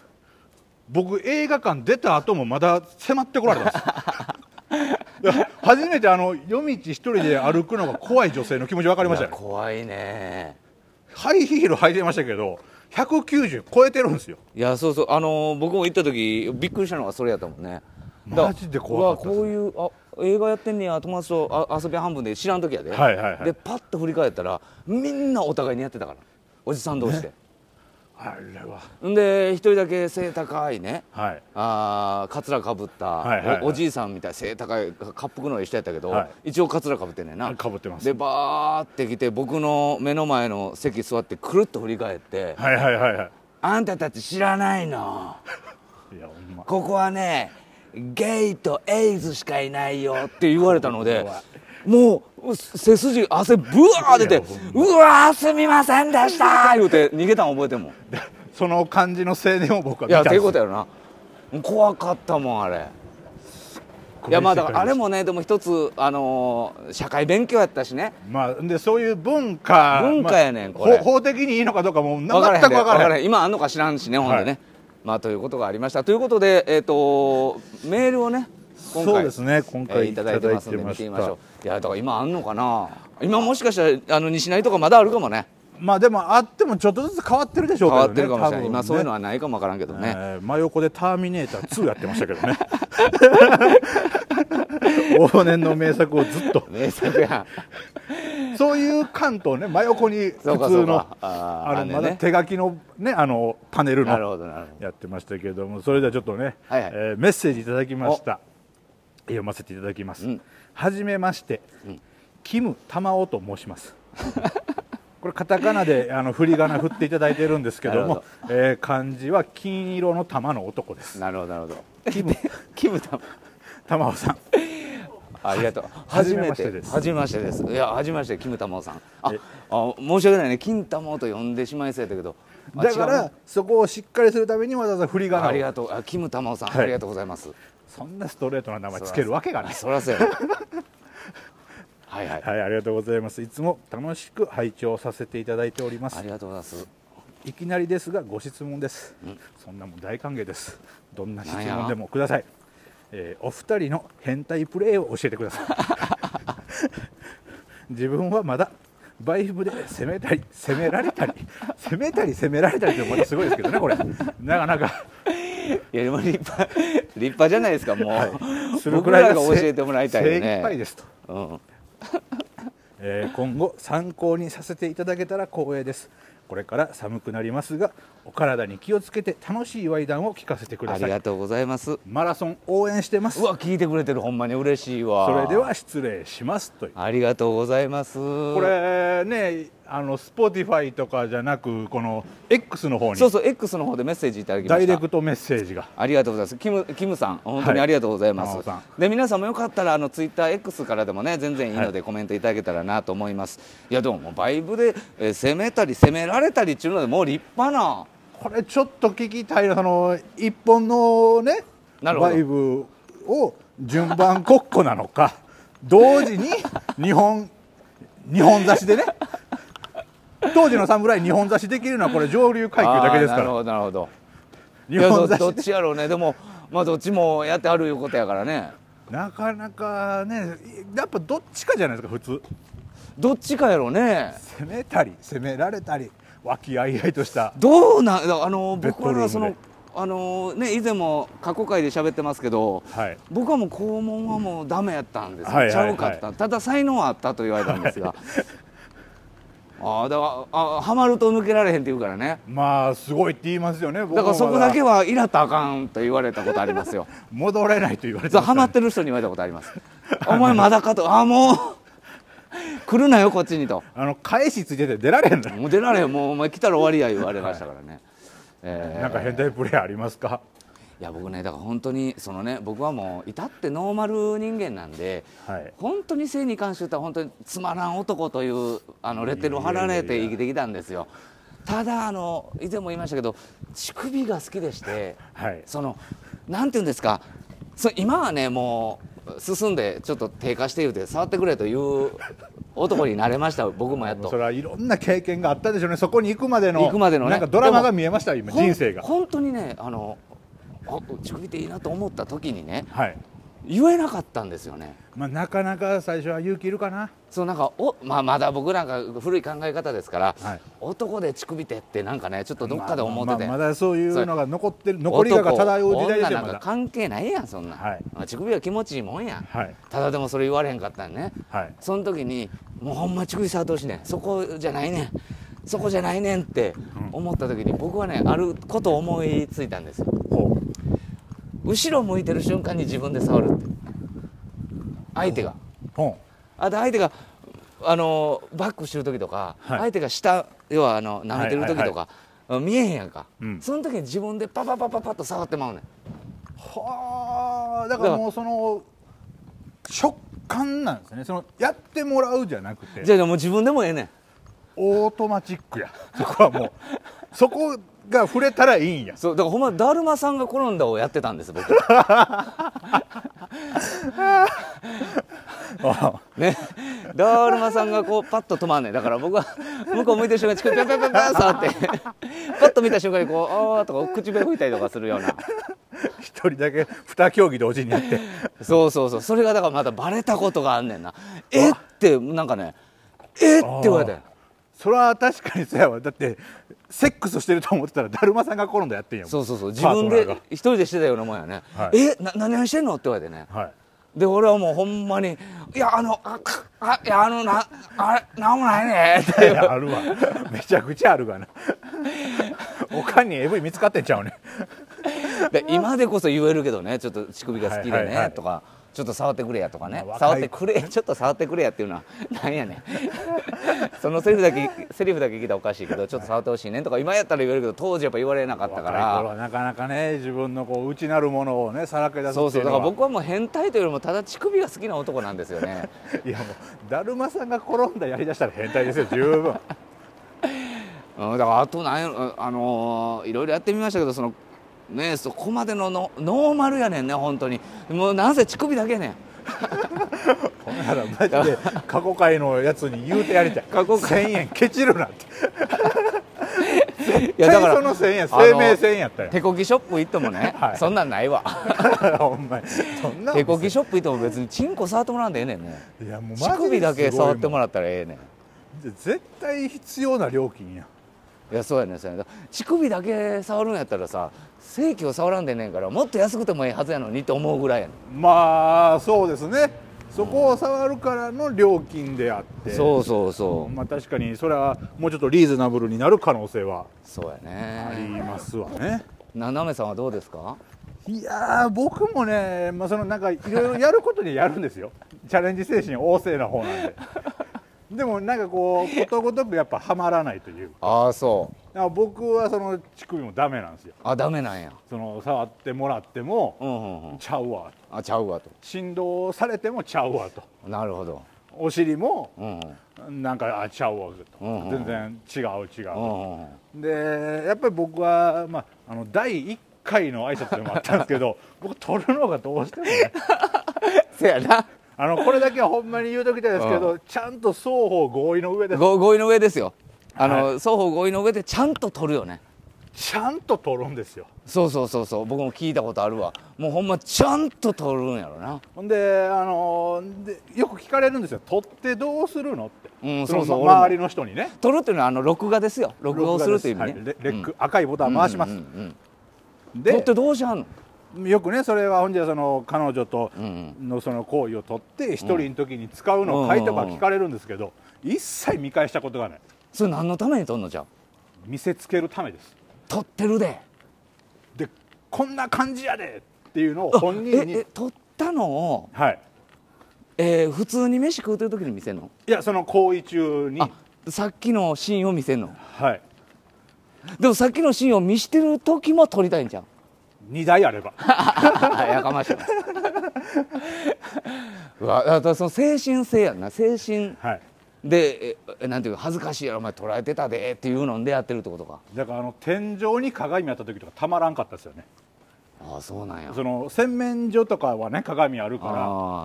僕映画館出た後もまだ迫ってこられ たんですよ初めてあの夜道一人で歩くのが怖い女性の気持ち分かりましたいねや怖いねハイヒール履いてましたけど190超えてるんですよいやそうそうあのー僕も行った時びっくりしたのがそれやったもんねだからマジで怖かったっうすわこういうあ映画やってんねや友達とあ遊び半分で知らん時やで、はいはいはいでパッと振り返ったらみんなお互いにやってたからおじさん同士で、あれはんで一人だけ背高いねはいあーカツラかぶった、はいはいはいおおじいさんみたい背高いかかっぷくの人やったけど、は一応カツラかぶってんねんなかぶってますでバーって来て僕の目の前の席座ってくるっと振り返ってはいはいはいは「あんたたち知らないのいいやほんまここはねゲイとエイズしかいないよ」って言われたのでもうう背筋汗ブワー出いてやほ「うわーすみませんでした」言うて逃げたん覚えてんもんいその感じの青年を僕は見たやっんてですいうよことやろな怖かったもんあれ。いやまあだからあれもねでも一つあのー社会勉強やったしねまあでそういう文化文化やねんまあこれほ法的にいいのかどうかもう全く分分からへんでか分らからへへんん今あんのか知らんしねほんでね、はいまあということがありましたということでえっ、とメールをね今回そうですね今えー回いただいてますんでいただ見いてみてままししたょういやだから今あんのかな今もしかしたらあの西成とかまだあるかもねまあでもあってもちょっとずつ変わってるでしょう変けどねわってるかもしれない、多分ね今そういうのはないかもわからんけどね、えー真横で「ターミネーター2」やってましたけど ね往年の名作をずっと名作 やそういう関東ね真横に普そうかそ通うのかあーああのんねんまねだ手書きのねあのパネルなるのほどなるほどやってましたけどもそれではちょっとね、はいはいえーメッセージいただきました読ませていただきます、うんはじめまして、キム・タマオと申します これカタカナであの振り仮名振っていただいてるんですけどなるもえー漢字は金色の玉の男ですなるほどなるほどキムキムタム玉尾さんありがとう。初初めめててで。ですす初めましてです。いや、初めまして、キムタモさん。あ、あ申し訳ないね、金タモと呼んでしまいそうやったけど。あだか違うらねそこをしっかりするためにわざわざ振り仮あり名をがとう。あ、キムタモさん、はいありがとうございます。そんなストレートな名前つけるわけがないそらそうやな。はいはい。はいありがとうございますいつも楽しく拝聴させていただいておりますありがとうございます。いきなりですがご質問です、そんなもん大歓迎ですどんな質なんや問でもください、えーお二人の変態プレーを教えてください 自分はまだバイブで攻めたり攻められたり攻めたり攻められたりってまたすごいですけどねこれなかなかいや、でも立派、 立派じゃないですか、もう。する僕くらいらがが教えてもらいたいよね。精一杯ですと、うん。えー今後参考にさせていただけたら光栄ですこれから寒くなりますがお体に気をつけて楽しいワイダンを聞かせてくあだりさがいとうございます。うマラソン応援してますわ、聞いてくれてる、ほんまに嬉しいわ。それでは。失礼しますというありがとうございます。これねあの Spotify とかじゃなくこの X の方にそうそう、X の方でメッセージいただきまダしイレた。クトメッセージがありがとうございます。キム、キムさん、本当にありがとうございます。はい玉緒さで、皆さんもよかったら、あのツイッター X からでもね、全然いいので、コメントいただけたらなと思います。い、や、でも、もうバイブで、えー攻めたり、攻められたりっていうので、もう立派な。これちょっと聞きたいなその一本のねなるほどバイブを順番国庫なのか同時に日本日本差しでね当時の侍日本差しできるのはこれ上流階級だけですかあーなるらほど、なるほど。い日や本ど、差どしっちやろうね、でも、まあ、どっちもやってあるいうことやからね。なかなかねやっぱどっちかじゃないですか普通どっちかやろうね。攻めたり攻められたり和気あいあいとしたどうなん、だあの、ベッ僕ドはルームなでその、あの、ね、以前も過去回で喋ってますけど。はい僕はもう肛門はもうダメやったんですよ、はいはいちゃはいうかったただ才能はあったと言われたんですが、あ ああだからあハマると抜けられへんって言うからねまあすごいって言いますよね僕だからそこだけははイラったらあかんと言われたことあります よ戻れないと言われてそうますハマってる人に言われたことありますお前まだかとああもう 来るなよこっちにとあの返しついてて出られへんのよもう出られへん もうお前来たら終わりや言われましたからね、えーなんか変態プレイありますかいや僕ねだから本当にそのね僕はもう至ってノーマル人間なんで、はい本当に性に関して言ったら本当につまらん男というあのレッテルを貼られて生きてきたんですよ。ただあの以前も言いましたけど乳首が好きでして、はいそのなんていうんですかそ今はねもう進んでちょっと低下して言うて触ってくれという男になれました僕もやっとそれはいろんな経験があったでしょうねそこに行くまでの行くまでのねなんかドラマが見えました今ほん人生が本当にねあのあ乳首っていいなと思った時にねはい、言えなかったんですよねまあ、なかなか最初は勇気いるかなそうなんかお、まあ、まだ僕なんか古い考え方ですから、はい男で乳首ってってなんかねちょっとどっかで思ってて、まあまあまだそういうのが残ってる残りがが漂う時代です男女よまなんかだ関係ないやんそんなん、はいまあ乳首は気持ちいいもんやん、はいただでもそれ言われへんかったんね、はいその時にもうほんま乳首触ってほしいねんそこじゃないねんそこじゃないねんって思った時に僕はねあることを思いついたんですよほ後ろ向いてる瞬間に自分で触るって相手がうほあと相手があのバックしてる時とか、はい相手が下要はあの舐めてる時はいとか、見えへんやんか、うんその時に自分でパパパパパッと触ってまうねんうはあだからもうその食感なんですねそのやってもらうじゃなくてじゃあもう自分でもええねんオートマチックやそこはもう そこが触れたらいいんやそうだからほんまだるまさんが転んだをやってたんです僕あねだるまさんがこうパッと止まんねんだから僕は向こう向いてる瞬間チクピャピャピャピャ触ってパッと見た瞬間にこうあーとか口笛吹いたりとかするような一人だけ二競技同時にやってそうそうそうそれがだからまたバレたことがあんねんなえってなんかねえって言われてそれは確かにそうやわだってセックスしてると思ってたらだるまさんが転んだやってんやもんそうそうそう自パート分ナーでが一人でしてたようなもんやね、はいえな何をしてんのって言われてねはいで俺はもうほんまに「いやあのあかあいやあのなあれなんもないね」 っいてやあるわめちゃくちゃあるがな おかんに AV 見つかってんちゃうねで今でこそ言えるけどねちょっと乳首が好きでね、はいはいはいとかちょっと触ってくれやとかね、まあ触っ若いてくれ ちょっと触ってくれやっていうのは なんやねんそのセリフだけセリフだけ聞いたらおかしいけどちょっと触ってほしいねんとか今やったら言えるけど当時やっぱ言われなかったか若い頃ら。はなかなかね自分のこう内なるものをねさらけ出すっていそううそうだのかはら僕はもう変態というよりもただ乳首が好きな男なんですよ ねいやもうだるまさんが転んだやりだしたら変態ですよ十分うん、だからあとなんやろあのーいろいろやってみましたけどそのねそこまでののノーマルやねんね本当にもうなんせ乳首だけやねんほんならマジ で過去回のやつに言うてやりたい過去1000円ケチるなっていやだからその1000円あの生命1000円やったよ 手こきショップ行ってもね、はいそんなんないわほんまにそんなの手こきショップ行っても別にチンコ触ってもらわんでええねんねいやもうマジですごい乳首だけ触ってもららったらええねんう絶対必要な料金やいやそうやねんそうやねん乳首だけ触るんやったらさ正規を触らんでええねんからもっと安くてもええはずやのにって思うぐらいやねんまあそうですねそこを触るからの料金であって、そうそうそう、まあ確かにそれはもうちょっとリーズナブルになる可能性はそうやありねますわね、斜めさんはどうですかいやー僕もね、まあ、そのなんかいろいろやることにやるん ですよチャレンジ精神旺盛な方なんででもなんかこうことごとくやっぱはまらないというああそうだから僕はその乳首もダメなんですよあダメなんやその触ってもらってもうんうんうんちゃうわとあちゃうわと振動されてもちゃうわとなるほどお尻もうんうんなんかあちゃうわと、うんうん全然違う違うう、んうんうんでやっぱり僕は、まあ、あの第1回の挨拶でもあったんです けど僕取るのがどうしてもねせやなあのこれだけはほんまに言うときたいですけど、ちゃんと双方合意の上でご合意の上ですよあの、双方合意の上でちゃんと取るよねちゃんと取るんですよそうそうそうそう僕も聞いたことあるわもうほんまちゃんと取るんやろなほんで,、あのでよく聞かれるんですよ取ってどうするのって、うんのそうそう俺まも周りの人にね取るっていうのはあの録画ですよ録画をするという意味ね、録画ですはいレレック、赤いボタン回します、うんうんうんで取ってどうしはんのよくねそれはほんじゃその彼女とうんのその行為を取って一人の時に使うのを書いとか聞かれるんですけど、一切見返したことがないそれ何のために撮んのじゃん見せつけるためです撮ってるででこんな感じやでっていうのを本人えにえ撮ったのを、はいえー普通に飯食うてる時に見せんのいやその行為中にあさっきのシーンを見せんのはいでもさっきのシーンを見してる時も撮りたいんじゃん2台あれば やかましいなうわ だからその精神性やんな精神はいでええなんていうか恥ずかしいやろお前捉えてたでっていうのでやってるってことかだからあの天井に鏡あった時とかたまらんかったですよねああそうなんやその洗面所とかはね鏡あるからあ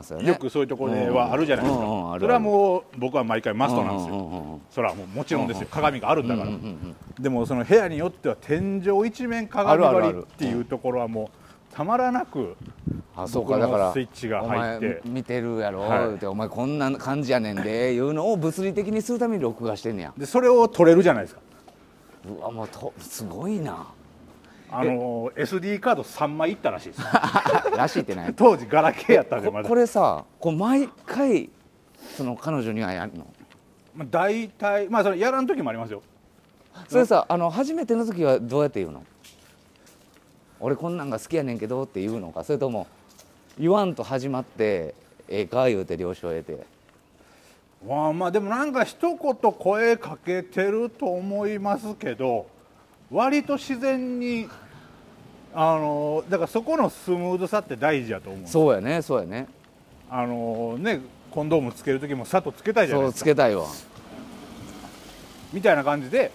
ーそうやねよくそういうところではあるじゃないですか、うんうんうんあるあるそれはもう僕は毎回マストなんですよ、うんうんうんうんそれはもうもちろんですよ、鏡があるんだから、でもその部屋によっては天井一面鏡あるある張ありるっていうところはもうたまらなくあそう僕かのだからスイッチが入ってお前見てるやろ、はい言うてお前こんな感じやねんでいうのを物理的にするために録画してんねやでそれを撮れるじゃないですかうわもうとすごいなあの SD カード3枚いったらしいですらしいってない 当時ガラケーやったんでこまだこれさこう毎回その彼女にはやるのまあ大体まあそれやらん時もありますよそれさあの初めての時はどうやって言うの俺こんなんが好きやねんけどって言うのかそれとも言わんと始まってええか言うて了承得てわあまあでもなんか一言声かけてると思いますけど割と自然にあのだからそこのスムーズさって大事やと思うそうやねそうやねあのねコンドームつける時もさっとつけたいじゃないそでうすつかけたいわみたいな感じで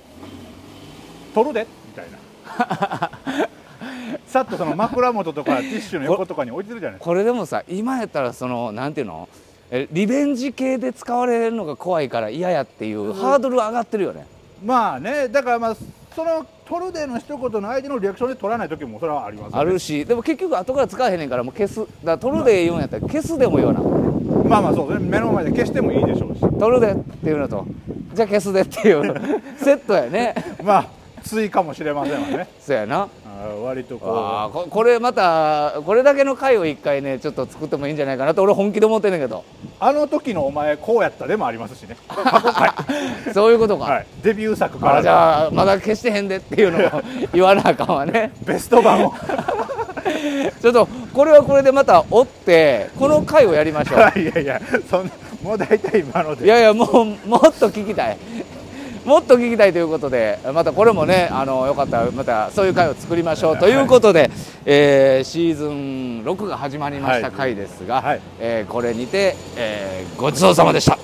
取るでみたいな さっとその枕元とかティッシュの横とかに置いてるじゃないですかこれでもさ今やったらそのなんていうのえリベンジ系で使われるのが怖いから嫌やっていうハードル上がってるよね、まあねだからまあその取るでの一言の相手のリアクションで取らない時もそれはありますよねあるしでも結局後から使わへんねんからもう消すだから取るで言うんやったら消すでも言わなまあまあそうですね目の前で消してもいいでしょうし取るでっていうのとじゃあ消すでっていうセットやねまあ追かもしれませんわねそうやなあー割とあこーここれまたこれだけの回を一回ねちょっと作ってもいいんじゃないかなと俺本気で思ってんねんけどうあの時のお前こうやったでもありますし ね過去回そういうことか、はいデビュー作かあらじゃあまだ消してへんでっていうのを 言わなあかんわねベスト版をちょっとこれはこれでまた追ってこの回をやりましょう いやいやそんなもう大体今のいでやいやもうもっと聞きたい もっと聞きたいということでまたこれもねあのよかったらまたそういう回を作りましょうということで、えーシーズン6が始まりました回ですが、はいはいえーこれにて、えーごちそうさまでした。